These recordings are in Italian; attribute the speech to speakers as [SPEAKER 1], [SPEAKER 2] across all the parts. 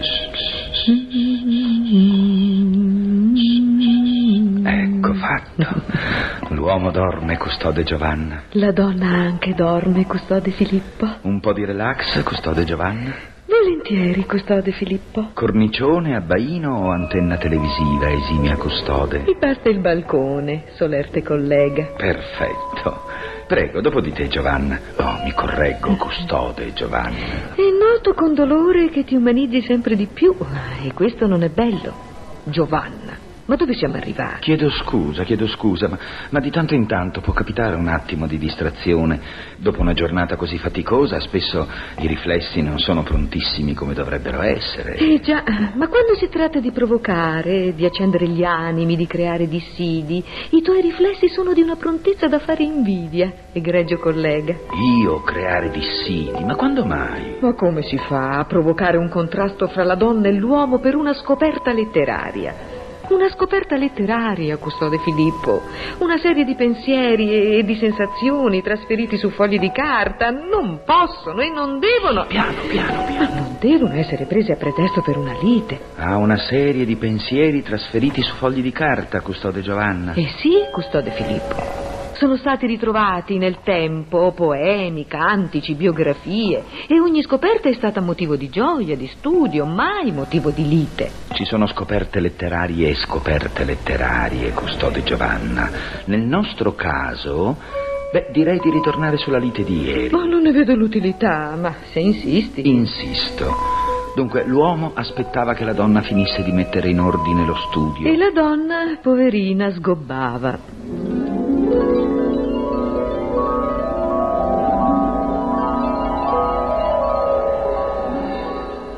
[SPEAKER 1] Eh.
[SPEAKER 2] Ecco fatto. L'uomo dorme, custode Giovanna.
[SPEAKER 1] La donna anche dorme, custode Filippo.
[SPEAKER 2] Un po' di relax, custode Giovanna.
[SPEAKER 1] Volentieri, custode Filippo.
[SPEAKER 2] Cornicione, abbaino o antenna televisiva, esimia custode.
[SPEAKER 1] Mi parte il balcone, solerte collega.
[SPEAKER 2] Perfetto. Prego, dopo di te, Giovanna. Oh, mi correggo, custode Giovanna.
[SPEAKER 1] È noto con dolore che ti umanizzi sempre di più. E questo non è bello. Giovanna, ma dove siamo arrivati?
[SPEAKER 2] Chiedo scusa, chiedo scusa, ma, ma di tanto in tanto può capitare un attimo di distrazione. Dopo una giornata così faticosa, spesso i riflessi non sono prontissimi come dovrebbero essere.
[SPEAKER 1] Eh già, ma quando si tratta di provocare, di accendere gli animi, di creare dissidi, i tuoi riflessi sono di una prontezza da fare invidia, egregio collega.
[SPEAKER 2] Io creare dissidi, ma quando mai?
[SPEAKER 1] Ma come si fa a provocare un contrasto fra la donna e l'uomo per una scoperta letteraria? Una scoperta letteraria, custode Filippo, una serie di pensieri e di sensazioni trasferiti su fogli di carta non possono e non devono.
[SPEAKER 2] Piano, piano, piano.
[SPEAKER 1] Ma non devono essere prese a pretesto per una lite.
[SPEAKER 2] Ha una serie di pensieri trasferiti su fogli di carta, custode Giovanna.
[SPEAKER 1] Eh sì, custode Filippo. Sono stati ritrovati nel tempo poemi, cantici, biografie e ogni scoperta è stata motivo di gioia, di studio, mai motivo di lite.
[SPEAKER 2] Ci sono scoperte letterarie e scoperte letterarie, custode Giovanna. Nel nostro caso, beh, direi di ritornare sulla lite di ieri.
[SPEAKER 1] Ma non ne vedo l'utilità, ma se insisti.
[SPEAKER 2] Insisto. Dunque, l'uomo aspettava che la donna finisse di mettere in ordine lo studio.
[SPEAKER 1] E la donna, poverina, sgobbava.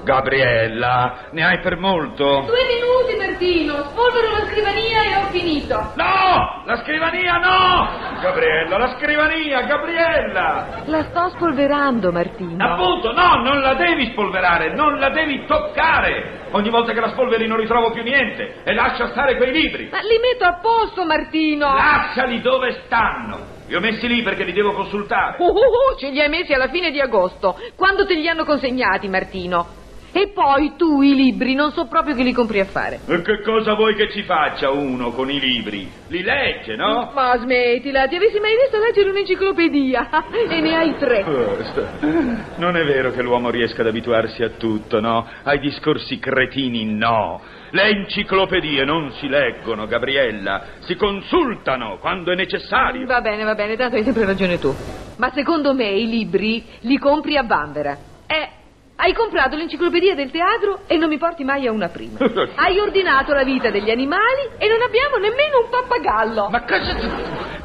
[SPEAKER 2] Gabriella, ne hai per molto?
[SPEAKER 3] Due minuti, Bertino. Spolvero la scrivania e ho finito.
[SPEAKER 2] No! La scrivania no! Gabriella, la scrivania, Gabriella!
[SPEAKER 1] La sto spolverando, Martino.
[SPEAKER 2] Appunto, no, non la devi spolverare, non la devi toccare! Ogni volta che la spolveri non ritrovo più niente e lascia stare quei libri!
[SPEAKER 3] Ma li metto a posto, Martino.
[SPEAKER 2] Lasciali dove stanno! Li ho messi lì perché li devo consultare.
[SPEAKER 3] Uh, uh, uh, ce li hai messi alla fine di agosto, quando te li hanno consegnati, Martino. E poi tu i libri non so proprio che li compri a fare.
[SPEAKER 2] E che cosa vuoi che ci faccia uno con i libri? Li legge, no?
[SPEAKER 3] Ma smettila, ti avessi mai visto leggere un'enciclopedia? e ne hai tre.
[SPEAKER 2] Non è vero che l'uomo riesca ad abituarsi a tutto, no? Ai discorsi cretini, no. Le enciclopedie non si leggono, Gabriella, si consultano quando è necessario.
[SPEAKER 3] Va bene, va bene, tanto hai sempre ragione tu. Ma secondo me i libri li compri a Bambera. Eh, hai comprato l'enciclopedia del teatro e non mi porti mai a una prima. Hai ordinato la vita degli animali e non abbiamo nemmeno un pappagallo.
[SPEAKER 2] Ma cosa...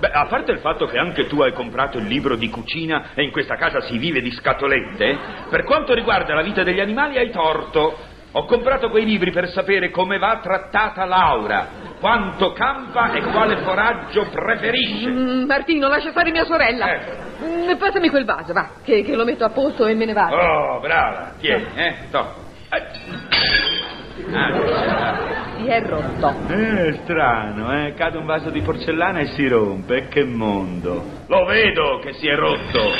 [SPEAKER 2] Beh, a parte il fatto che anche tu hai comprato il libro di cucina e in questa casa si vive di scatolette, per quanto riguarda la vita degli animali hai torto. Ho comprato quei libri per sapere come va trattata Laura, quanto campa e quale foraggio preferisce.
[SPEAKER 3] Mm, Martino, lascia fare mia sorella.
[SPEAKER 2] Ecco.
[SPEAKER 3] Mm, passami quel vaso, va, che, che lo metto a posto e me ne vado.
[SPEAKER 2] Oh, brava, tieni, eh, to. Oh.
[SPEAKER 3] Si è rotto.
[SPEAKER 2] Eh, strano, eh, cade un vaso di porcellana e si rompe, che mondo. Lo vedo che si è rotto.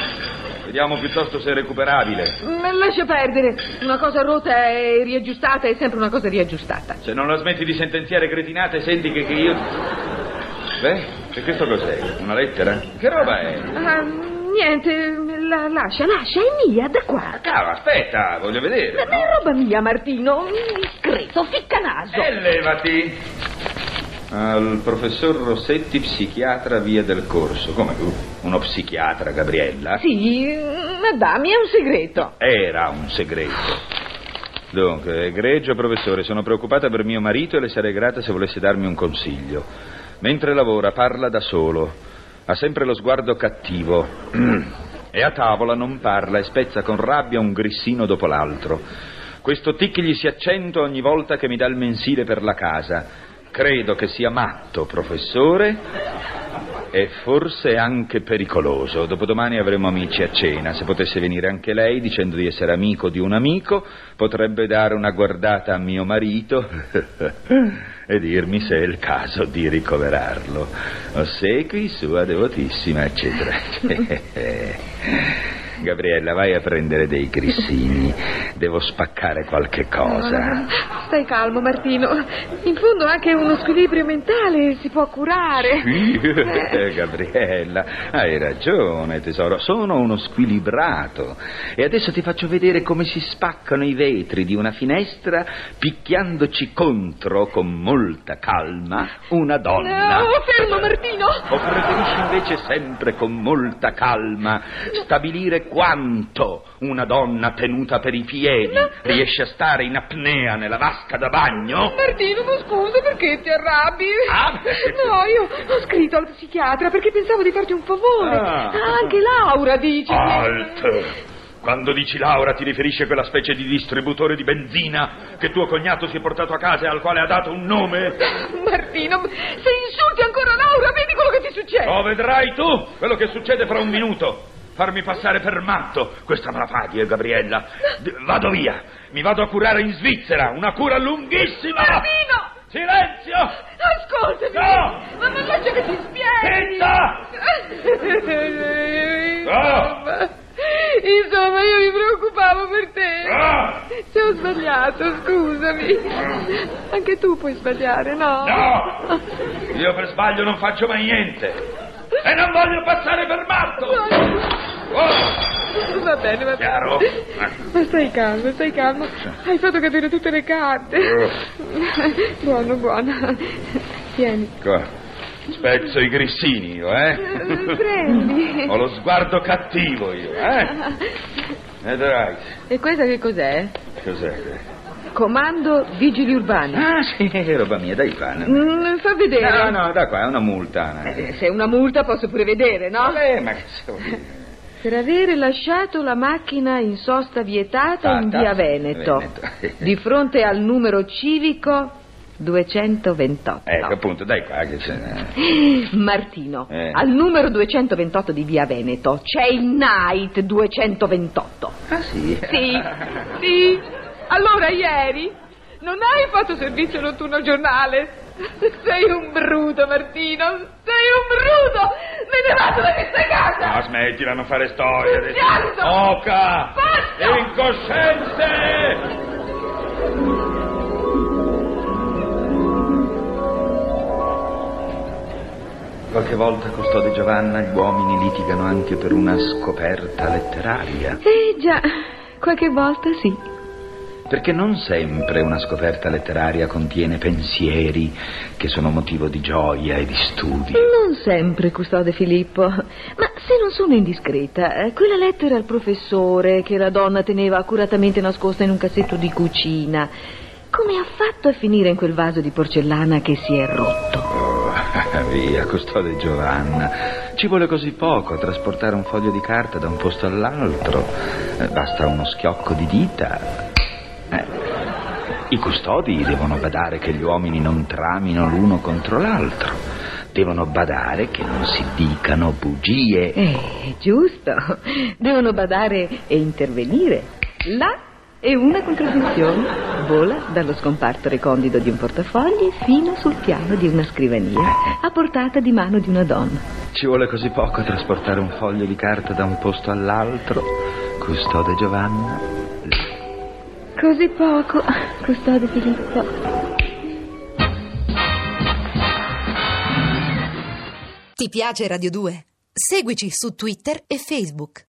[SPEAKER 2] Vediamo piuttosto se è recuperabile.
[SPEAKER 3] Mm, lascia perdere. Una cosa rotta e riaggiustata è sempre una cosa riaggiustata.
[SPEAKER 2] Se non la smetti di sentenziare cretinate, senti che, che io... Beh, e questo cos'è? Una lettera? Che roba è?
[SPEAKER 3] Ah, niente, la- lascia, lascia, è mia, da qua.
[SPEAKER 2] Cava, aspetta, voglio vedere.
[SPEAKER 3] Ma
[SPEAKER 2] no?
[SPEAKER 3] è roba mia, Martino. Creto, ficcanaso.
[SPEAKER 2] E Eh, levati! Al professor Rossetti, psichiatra via del corso. Come? Uh, Uno psichiatra, Gabriella?
[SPEAKER 3] Sì, mm, ma dammi, è un segreto.
[SPEAKER 2] Era un segreto. Dunque, egregio professore, sono preoccupata per mio marito e le sarei grata se volesse darmi un consiglio. Mentre lavora parla da solo, ha sempre lo sguardo cattivo e a tavola non parla e spezza con rabbia un grissino dopo l'altro. Questo tic gli si accenta ogni volta che mi dà il mensile per la casa. Credo che sia matto, professore, e forse anche pericoloso. Dopodomani avremo amici a cena. Se potesse venire anche lei, dicendo di essere amico di un amico, potrebbe dare una guardata a mio marito e dirmi se è il caso di ricoverarlo. Ossequi sua devotissima, eccetera. Gabriella, vai a prendere dei grissini. Devo spaccare qualche cosa.
[SPEAKER 1] Stai calmo, Martino. In fondo anche uno squilibrio mentale si può curare.
[SPEAKER 2] Sì, eh, Gabriella, hai ragione, tesoro. Sono uno squilibrato. E adesso ti faccio vedere come si spaccano i vetri di una finestra picchiandoci contro con molta calma una donna.
[SPEAKER 1] No, fermo, Martino.
[SPEAKER 2] O preferisci invece sempre con molta calma stabilire quanto una donna tenuta per i piedi riesce a stare in apnea nella vasca da bagno?
[SPEAKER 1] Martino, ma scusa, perché ti arrabbi?
[SPEAKER 2] Ah.
[SPEAKER 1] No, io ho scritto al psichiatra perché pensavo di farti un favore.
[SPEAKER 2] Ah.
[SPEAKER 1] Ah, anche Laura dice. che-
[SPEAKER 2] Alt! Quando dici Laura ti riferisci a quella specie di distributore di benzina che tuo cognato si è portato a casa e al quale ha dato un nome?
[SPEAKER 1] Martino, se insulti ancora Laura, vedi quello che ti succede.
[SPEAKER 2] Oh, vedrai tu quello che succede fra un minuto. Farmi passare per matto. Questa me la paghi, eh, Gabriella. D- vado via. Mi vado a curare in Svizzera. Una cura lunghissima.
[SPEAKER 1] Martino!
[SPEAKER 2] Silenzio!
[SPEAKER 1] Ascoltami.
[SPEAKER 2] No!
[SPEAKER 1] Ma, ma lascia che ti spieghi.
[SPEAKER 2] Zitta!
[SPEAKER 1] Insomma, insomma, io mi preoccupavo per te.
[SPEAKER 2] Ah!
[SPEAKER 1] Se ho sbagliato, scusami. Anche tu puoi sbagliare, no?
[SPEAKER 2] Ah, No! Io per sbaglio non faccio mai niente. E non voglio passare per matto. Oh,
[SPEAKER 1] Va bene, va bene.
[SPEAKER 2] chiaro? Eh,
[SPEAKER 1] Ma stai calmo, stai calmo. Hai fatto cadere tutte le
[SPEAKER 2] Oh.
[SPEAKER 1] carte. Buono, buono. Tieni.
[SPEAKER 2] Qua. Ecco, Spezzo i grissini io, eh?
[SPEAKER 1] Prendi.
[SPEAKER 2] Ho lo sguardo cattivo io, eh? Vedrai.
[SPEAKER 3] E questa che cos'è?
[SPEAKER 2] Cos'è?
[SPEAKER 3] Comando vigili urbani.
[SPEAKER 2] Ah, sì, roba mia, dai pane.
[SPEAKER 3] Mm, fa
[SPEAKER 2] No,
[SPEAKER 3] vedere.
[SPEAKER 2] no, da qua, è una multa. eh.
[SPEAKER 3] Eh, Se è una multa posso pure vedere, no?
[SPEAKER 2] Vabbè, ma che so io.
[SPEAKER 3] Per avere lasciato la macchina in sosta vietata in
[SPEAKER 2] Tata,
[SPEAKER 3] via Veneto,
[SPEAKER 2] Ah, Veneto.
[SPEAKER 3] di fronte al numero civico 228.
[SPEAKER 2] Ecco, appunto, dai qua che c'è.
[SPEAKER 3] Martino,
[SPEAKER 2] Eh.
[SPEAKER 3] al numero 228 di via Veneto c'è il Night 228.
[SPEAKER 2] Ah, sì?
[SPEAKER 1] Sì, sì. Allora, ieri non hai fatto servizio notturno al giornale. Sei un bruto, Martino. Sei un bruto. Me ne vado da questa casa.
[SPEAKER 2] No, smettila, non fare storie. adesso.
[SPEAKER 1] Pianto!
[SPEAKER 2] Oca!
[SPEAKER 1] Basta!
[SPEAKER 2] Incoscienze! Qualche volta, Custode Giovanna, gli uomini litigano anche per una scoperta letteraria.
[SPEAKER 3] Eh già, qualche volta sì.
[SPEAKER 2] Perché non sempre una scoperta letteraria contiene pensieri che sono motivo di gioia e di studio.
[SPEAKER 3] Non sempre, custode Filippo. Ma se non sono indiscreta, eh, quella lettera al professore che la donna teneva accuratamente nascosta in un cassetto di cucina, come ha fatto a finire in quel vaso di porcellana che si è rotto?
[SPEAKER 2] Oh, via, custode Giovanna. Ci vuole così poco a trasportare un foglio di carta da un posto all'altro. Eh, Basta uno schiocco di dita. Eh, I custodi devono badare che gli uomini non tramino l'uno contro l'altro. Devono badare che non si dicano bugie.
[SPEAKER 3] Eh, giusto. Devono badare e intervenire. Là è una contraddizione. Vola dallo scomparto recondito di un portafogli fino sul piano di una scrivania, a portata di mano di una donna.
[SPEAKER 2] Ci vuole così poco a trasportare un foglio di carta da un posto all'altro. Custode Giovanna.
[SPEAKER 3] Così poco, custode Filippo.
[SPEAKER 4] Ti piace Radio 2? Seguici su Twitter e Facebook.